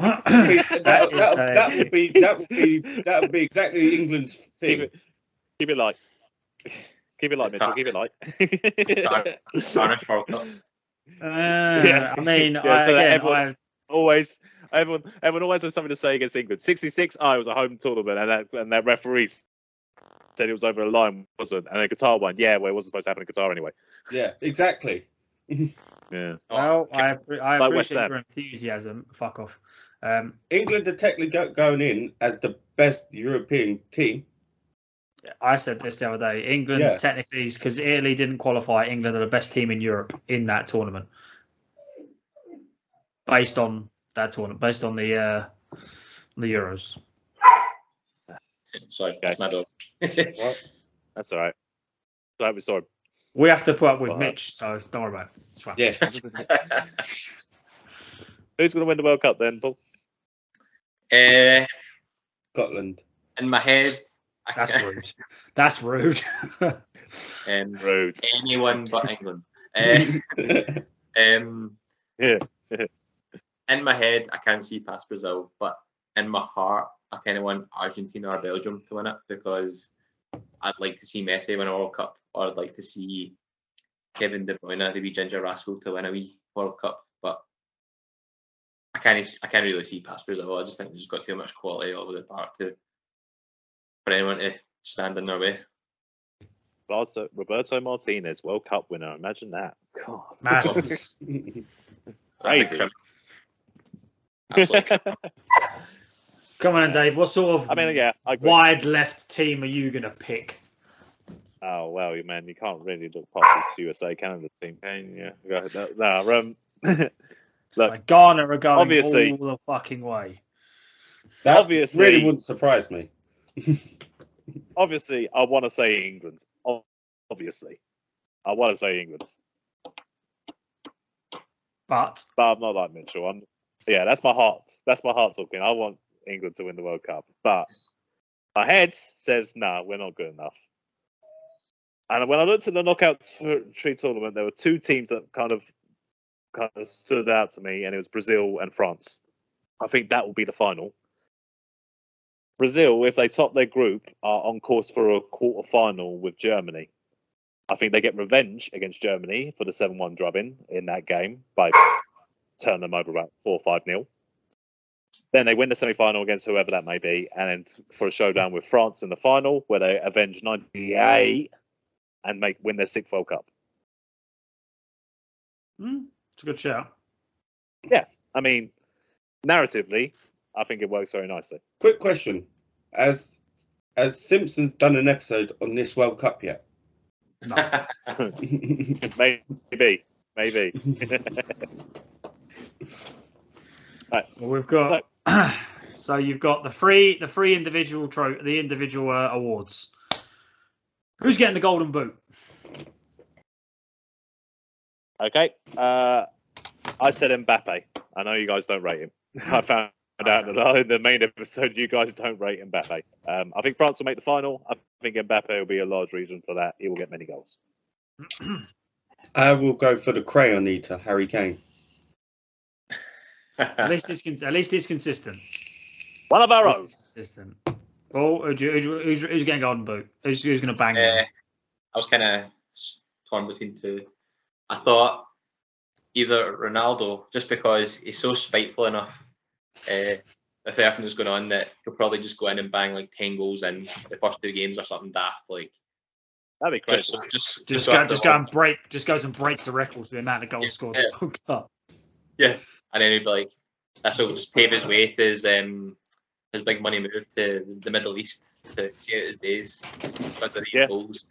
A: I mean, that,
D: that is
A: that-
D: a-
A: that would be that would be that would be exactly England's
C: Keep
A: thing.
C: it, keep it light. Keep it light, Mitchell. Keep it light.
B: Spanish World Cup.
D: Uh,
C: Yeah.
D: I mean,
C: Yeah,
D: I,
C: so that
D: again,
C: everyone-
D: I,
C: always everyone everyone always has something to say against England. 66, oh, it was a home tournament, and that and that referee said it was over the line, wasn't? And then Qatar won. Yeah, well, it wasn't supposed to happen in Qatar anyway.
A: Yeah, exactly.
C: Yeah,
D: well,
B: Oh,
D: I, appre- I
C: Oh, Like West
D: appreciate
C: Ham.
D: your enthusiasm. Fuck off. Um,
A: England are technically go- going in as the best European team.
D: I said this the other day. England
A: Yeah.
D: technically, because Italy didn't qualify, England are the best team in Europe in that tournament, based on that tournament, based on the uh, the Euros.
B: Sorry,
C: Okay.
B: that's my dog.
A: Right?
C: that's all right. Glad we saw him.
D: We have to put up with
C: Wow.
D: Mitch, so don't worry about it. It's fine.
A: Yeah.
C: Who's going to win the World Cup then, Paul?
B: Eh,
A: Scotland.
B: in my head, I
D: That's
B: can't-
D: rude. That's rude.
B: um,
C: Rude.
B: anyone but England. Eh, um,
C: Yeah.
B: in my head, I can't see past Brazil, but in my heart, I kind of want Argentina or Belgium to win it because I'd like to see Messi win a World Cup, or I'd like to see Kevin De Bruyne, the wee ginger rascal, to win a wee World Cup. But I can't, I can't really see past Brazil. I just think they've just got too much quality all over the park to for anyone to stand in their way.
C: Roberto, Roberto Martinez, World Cup winner. Imagine that. God.
D: Madness.
B: That'd be
C: Crazy.
B: crim- Absolutely. crim-
D: Come on, in, Dave. What sort of
C: I mean, yeah, I agree.
D: wide left team are you going to pick?
C: Oh well, you man, you can't really look past this USA Canada team, can you? Go ahead. No, no, um, Look,
D: like Ghana are going
C: obviously-
D: all the fucking way.
A: That
C: Obviously-
A: really wouldn't surprise me.
C: obviously, I want to say England. Ob- Obviously, I want to say England,
D: But
C: but I'm not like Mitchell. I'm, yeah, that's my heart. That's my heart talking. I want England to win the World Cup, but my head says no, we're not good enough. And when I looked at the knockout t- tree tournament, there were two teams that kind of kind of stood out to me, and it was Brazil and France. I think that will be the final. Brazil, if they top their group, are on course for a quarter final with Germany. I think they get revenge against Germany for the 7 1 drubbing in that game by turning them over about 4 5 0. Then they win the semi final against whoever that may be, and then for a showdown with France in the final where they avenge 98 and make win their sixth World Cup.
D: hmm, it's a good shout.
C: I mean, narratively, I think it works very nicely.
A: Quick question: Has has Simpsons done an episode on this World Cup yet?
D: No.
C: Maybe, maybe.
D: Well, we've got. so you've got the three, the three individual tro- the individual uh, awards. Who's getting the golden boot?
C: Okay. Uh, I said Mbappe. I know you guys don't rate him. I found out that in the main episode you guys don't rate Mbappe. Um, I think France will make the final. I think Mbappe will be a large reason for that. He will get many goals.
A: I will go for the crayon eater, Harry Kane.
D: At least it's con- at least it's consistent.
C: One of our
D: At least
C: own.
D: it's consistent. Paul, who'd you- who'd you- who's, who's getting golden boot? Who's, who's going to bang?
B: Eh,
D: them?
B: I was kind of torn between two. I thought either Ronaldo, just because he's so spiteful enough, uh, if everything was going on, that he'll probably just go in and bang like ten goals in the first two games or something daft, like
C: That'd be crazy.
B: just just
D: just
B: so
D: go,
B: after
D: just go
B: one-
D: and break, just goes and breaks the records for the amount of goals scored. in the World Cup.
B: and then he'd be like, that's will just pave his way to his um his big money move to the Middle East to see out his days because of these
C: Yeah.
B: goals.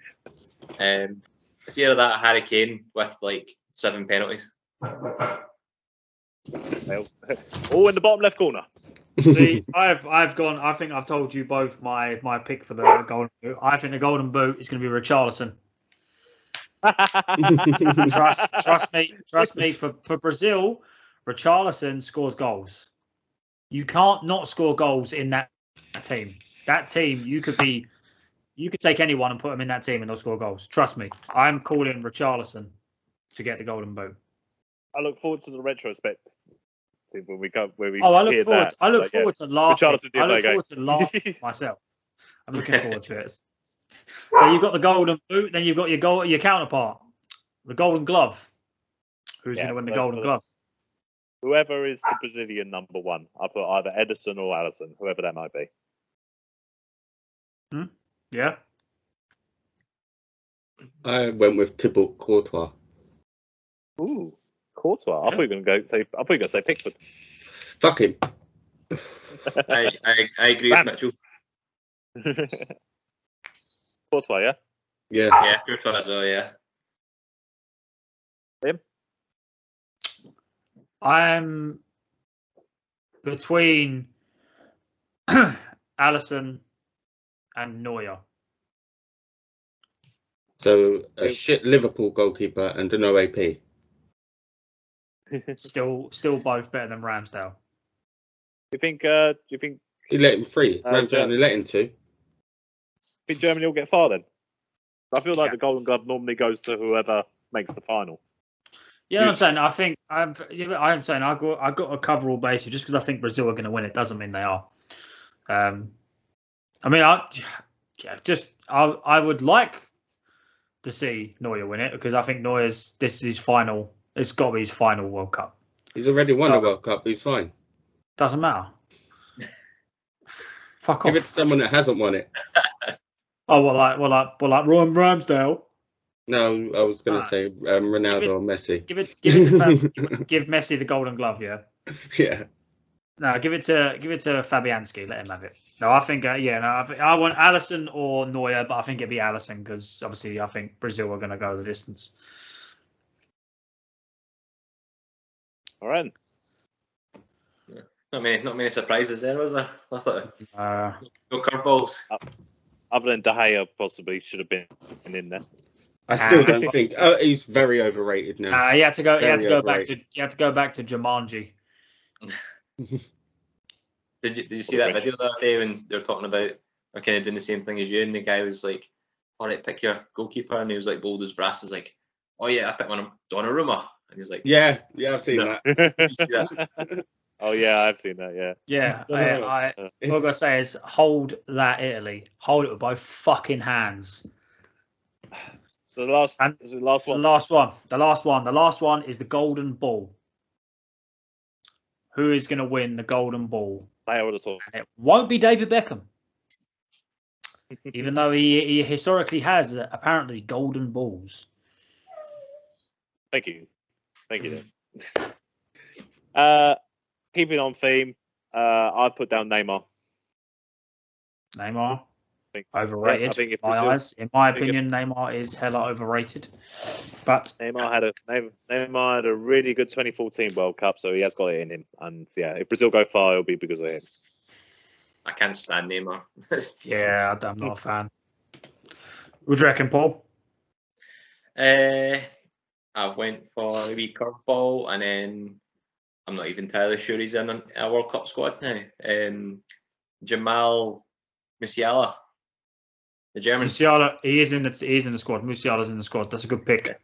B: Um, it's either that or Harry Kane with like seven penalties.
C: All in the bottom left corner.
D: See, I've I've gone. I think I've told you both my my pick for the golden boot. I think the golden boot is going to be Richarlison. Trust trust me, trust me. For for Brazil, Richarlison scores goals. You can't not score goals in that team. That team, you could be, you could take anyone and put them in that team and they'll score goals. Trust me. I'm calling Richarlison to get the golden boot.
C: I look forward to the retrospect. See, when we go, when we
D: Oh, I look
C: hear
D: forward.
C: that.
D: I look
C: But, yeah.
D: forward to laughing.
C: Richarlison did
D: I look
C: play a
D: forward to laughing myself. I'm looking forward to it. So you've got the golden boot, then you've got your goal, your counterpart, the golden glove. Who's
C: Yeah,
D: going to win the
C: so
D: golden
C: for the-
D: glove?
C: Whoever is the Brazilian number one, I put either Edison or Allison, whoever that might be.
D: Yeah.
A: I went with Thibaut Courtois.
C: Ooh, Courtois. I thought you were going to go say. I thought you were going to say Pickford.
A: Fuck him.
B: I, I, I agree with
C: Bam.
B: Mitchell.
C: Courtois, yeah.
A: Yeah.
B: Yeah, you're talking about, yeah.
D: I'm between Allison and Neuer.
A: So a shit Liverpool goalkeeper and an OAP.
D: Still, still both better than Ramsdale.
C: you think? Uh, do you think?
A: He let him free.
C: Uh,
A: Ramsey
C: yeah.
A: only let him two.
C: Think Germany will get far then? I feel like
D: Yeah.
C: the Golden Glove normally goes to whoever makes the final.
D: Yeah, I'm
C: Yes.
D: saying I think I'm. yeah, but I'm saying I got I got to cover all bases just because I think Brazil are going to win it doesn't mean they are. Um, I mean I, yeah, just I I would like to see Neuer win it because I think Neuer's this is his final. It's got to be his final World Cup.
A: He's already won the
D: Oh.
A: World Cup. He's fine.
D: Doesn't matter. Fuck
A: Give it
D: off.
A: to someone that hasn't won it.
D: Oh well, like well, like well, like Ryan Ramsdale.
A: No, I was going to
D: Ah.
A: say um, Ronaldo
D: it-
A: or Messi.
D: Give it, give it, to Fab, give Messi the Golden Glove. Yeah.
A: yeah.
D: No, give it to give it to Fabianski. Let him have it. No, I think uh, yeah. No, I, think, I want Allison or Neuer, but I think it'd be Allison because obviously I think Brazil are going to go the distance.
C: All right.
B: Not many, not many surprises there, was there? I thought
D: Uh,
B: no curveballs.
C: Other than De Gea, possibly should have been in there.
A: I still
D: Ah.
A: don't think. Oh, he's very overrated now.
D: uh, he had to go. He had to
A: Very
D: go back to. He had to go back to Jumanji.
B: Did you, did you see that video the other day when they were talking about they're kind of doing the same thing as you? And the guy was like, "All right, pick your goalkeeper," and he was like bold as brass. He's like, "Oh yeah, I picked one of Donnarumma," and he's like,
A: Yeah, yeah, I've seen
B: No.
A: that.
C: oh yeah, I've seen that. Yeah.
D: Yeah, I,
A: Dunno.
D: I, all I gotta say is hold that Italy. Hold it with both fucking hands.
C: So the last,
D: And-
C: is it the last
D: The
C: one.
D: last one. The last one. The last one is the Golden Ball. Who is going to win the Golden Ball?
C: player of the tour.
D: and it won't be David Beckham, even though he, he historically has uh, apparently golden balls.
C: Thank you. Thank you. Dan. uh, keeping on theme, uh, I put down Neymar.
D: Neymar,
C: Think-
D: overrated.
C: yeah, I think if
D: in my
C: Brazil-
D: eyes, in my
C: I think if-
D: opinion, Neymar is hella overrated. But
C: Neymar had a Neymar, Neymar had a really good 2014 World Cup, so he has got it in him. And yeah, if Brazil go far, it'll be because of him.
B: "I can't stand Neymar."
D: yeah, I'm not a fan. Would you reckon, Paul?
B: Uh, I've went for a wee curveball, and then I'm not even entirely sure he's in a World Cup squad now. Um, Jamal Musiala, the German.
D: Musiala, he is in the he is in the squad. Musiala's in the squad. That's a good pick.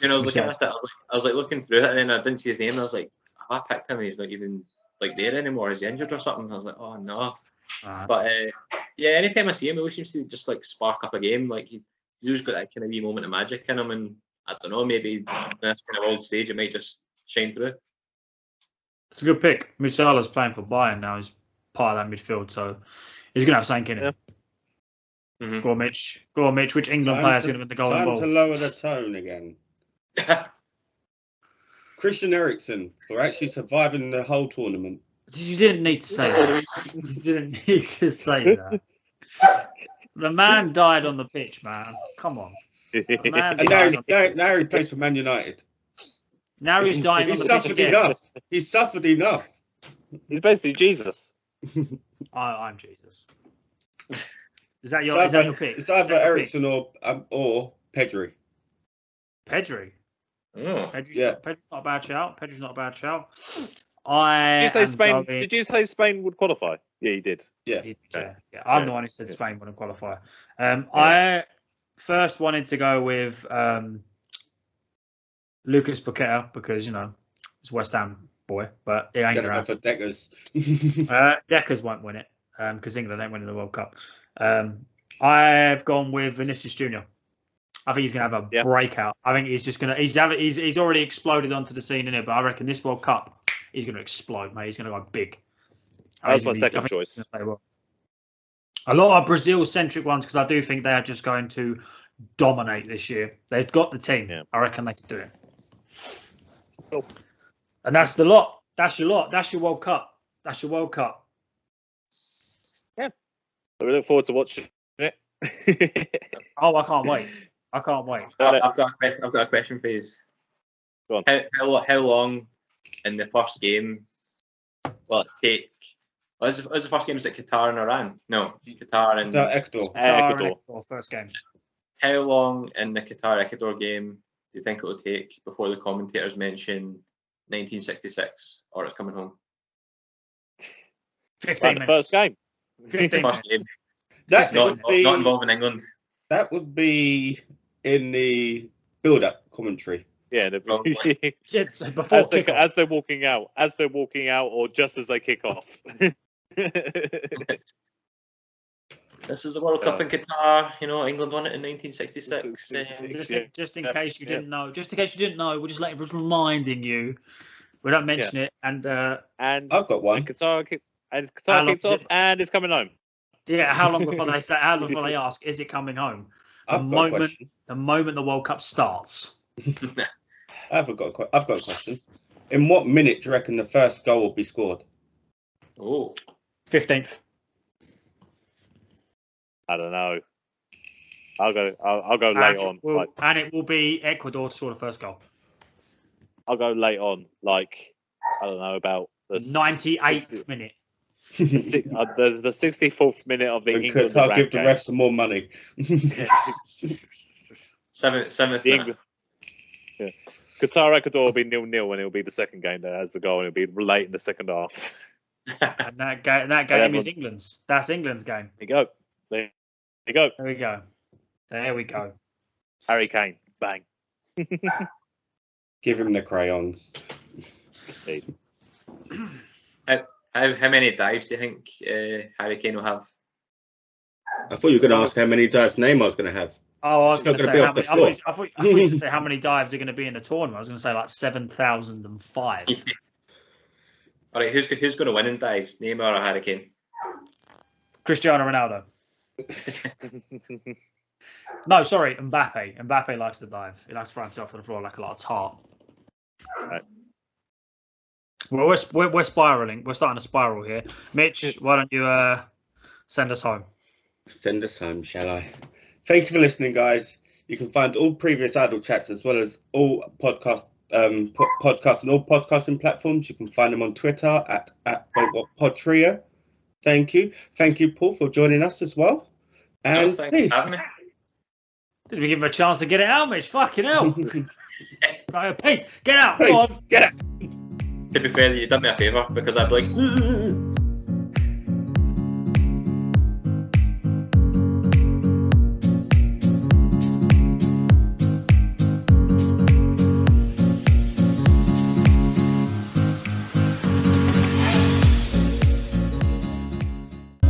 B: You know, I was looking
D: Musiala.
B: at it, I was, like, I was like looking through it, and then I didn't see his name, and I was like, "Have I picked him? He's not even like there anymore. Is he injured or something?" I was like, "Oh no."
D: Uh,
B: But uh, yeah, anytime I see him, it always seems to just like spark up a game. Like he, he's always got that kind of wee moment of magic in him, and I don't know, maybe on this kind of old stage, it might just shine through.
D: it's a good pick. Musiala's playing for Bayern now. He's part of that midfield, so he's gonna have something in him.
C: Mm-hmm.
B: Mhm.
D: Go on, Mitch. Go on, Mitch. Which England
A: Time
D: player's
A: to-
D: gonna win the golden
A: Time
D: ball?
A: to lower the tone again. Christian Eriksen for actually surviving the whole tournament.
D: You didn't need to say that. You didn't need to say that. The man died on the pitch, man. Come on. The Oh, man
A: And now,
D: died on
A: he- now, now he plays for Man United.
D: now he's dying
A: He
D: on the pitch
A: suffered
D: again.
A: enough. He suffered enough.
C: He's basically Jesus.
D: I, I'm Jesus. Is that your, is
A: It's
D: that
A: either,
D: your pick?
A: it's
D: Is that
A: either
D: your pick?
A: Ericsson or um, or Pedri.
D: Pedri.
B: Oh,
D: Pedri's,
A: Yeah.
D: not, Pedri's not a bad shout. Pedri's not a bad shout. I
C: Did you say
D: am
C: Spain?
D: going-
C: Did you say Spain would qualify? Yeah, you did.
D: Yeah, uh, yeah. I'm
C: Yeah.
D: the one who said
C: Yeah.
D: Spain wouldn't qualify. Um, I first wanted to go with um, Lucas Paqueta because you know it's West Ham boy, but it ain't
A: Gonna go
D: around.
A: for Deckers.
D: Uh, Deckers won't win it because England ain't winning the World Cup. Um, I've gone with Vinicius Junior. I think he's gonna have a
C: Yeah.
D: breakout. I think he's just gonna he's having he's he's already exploded onto the scene in it, but I reckon this World Cup he's gonna explode, mate. He's gonna go big.
C: That was
D: He's
C: my
D: gonna be- I
C: second
D: think
C: choice.
D: gonna play well. A lot of Brazil centric ones because I do think they are just going to dominate this year. They've got the team.
C: Yeah.
D: I reckon they could do it.
C: Cool.
D: And that's the lot. That's your lot. That's your World Cup. That's your World Cup.
C: So we look forward to watching it.
D: Oh, I can't wait. I can't wait.
B: I've, I've got a question. I've got a question for you.
C: Go on.
B: How, how lo- how long in the first game will it take? Was the, was the first game? Is it Qatar and Iran? No, Qatar and
A: Ecuador.
D: Qatar and
C: Ecuador.
D: Ecuador first game.
B: how long in the Qatar Ecuador game do you think it will take before the commentators mention 1966 or it's coming home?
D: Fifteen
C: Right, the
D: minutes.
C: first game.
D: Fifteen
B: First
D: minutes.
B: game,
A: That
B: not,
A: would be
B: not involving England.
A: that would be in the build-up commentary.
C: Yeah, the-
B: Probably.
D: Shit, so before
C: as, they,
D: kickoff.
C: as they're walking out, as they're walking out, or just as they kick off.
B: This is the World
C: Uh,
B: Cup in Qatar. You know, England won it in 1966.
C: Six-
B: Um,
C: six-
D: just,
C: yeah.
D: just in
C: Yeah.
D: case you
C: Yeah.
D: didn't know, just in case you didn't know, we're just like just reminding you. We don't mention it, and uh,
C: and
A: I've got
C: and
A: one.
C: Qatar kick, and
D: How
C: Qatar
D: long
C: kicks
D: is
C: off,
D: it?
C: and it's coming home.
D: yeah, how long before they say? How long before they ask? Is it coming home?
A: I've got a
D: moment-
A: question.
D: The moment the World Cup starts,
A: I haven't got. A que- I've got a question. In what minute do you reckon the first goal will be scored?
B: oh,
D: fifteenth.
C: I don't know. I'll go. I'll, I'll go late
D: And,
C: on.
D: it will-
C: Like,
D: and it will be Ecuador to score the first goal.
C: I'll go late on. Like I don't know about the s-
D: 98th
C: 60
D: minute.
C: the si- uh, the, the 64th minute of the
A: And
C: England
A: Qatar
C: Iraq
A: give the
C: game.
A: ref some more money.
B: seventh, seventh
C: The
B: minute.
C: England. Yeah. Qatar Ecuador will be nil nil, and it'll be the second game that has the goal, and it'll be late in the second half.
D: And that, ga- and that game is
C: everyone's-
D: England's. That's England's game.
C: There you go. There there you go.
D: There we go. There we go.
C: Harry Kane. Bang.
A: Give him the crayons.
B: how, how many dives do you think uh, Harry Kane will have?
A: I thought you were going to ask how many dives Neymar's going to have.
D: Oh, I was
A: It's not
D: going to
A: gonna
D: say
A: be
D: how
A: off the
D: many, I thought,
A: floor.
D: you- I, thought, I thought you were gonna say how many dives are going to be in the tournament. I was going to say like seven thousand and five.
B: All right, who's go- who's going to win in dives, Neymar or Harry Kane?
D: Cristiano Ronaldo. No, sorry, Mbappe. Mbappe likes to dive. He likes to throw himself to the floor like a lot of tart.
C: Right.
D: Well, we're, we're we're spiraling. We're starting to spiral here. Mitch, why don't you uh, send us home?
A: Send us home, shall I? Thank you for listening, guys. You can find all previous Idle chats as well as all podcast um po- podcasts and all podcasting platforms. You can find them on Twitter at at Pod Trio. Thank you, thank you, Paul, for joining us as well.
B: No,
A: And
B: Oh, thanks
A: peace.
B: for having me.
D: Did we give him a chance to get it out, Mitch? Fucking hell! no, peace. Get out. Go
A: Peace.
D: on.
A: Get out.
B: To be fair, you done me a favour because I'd be like.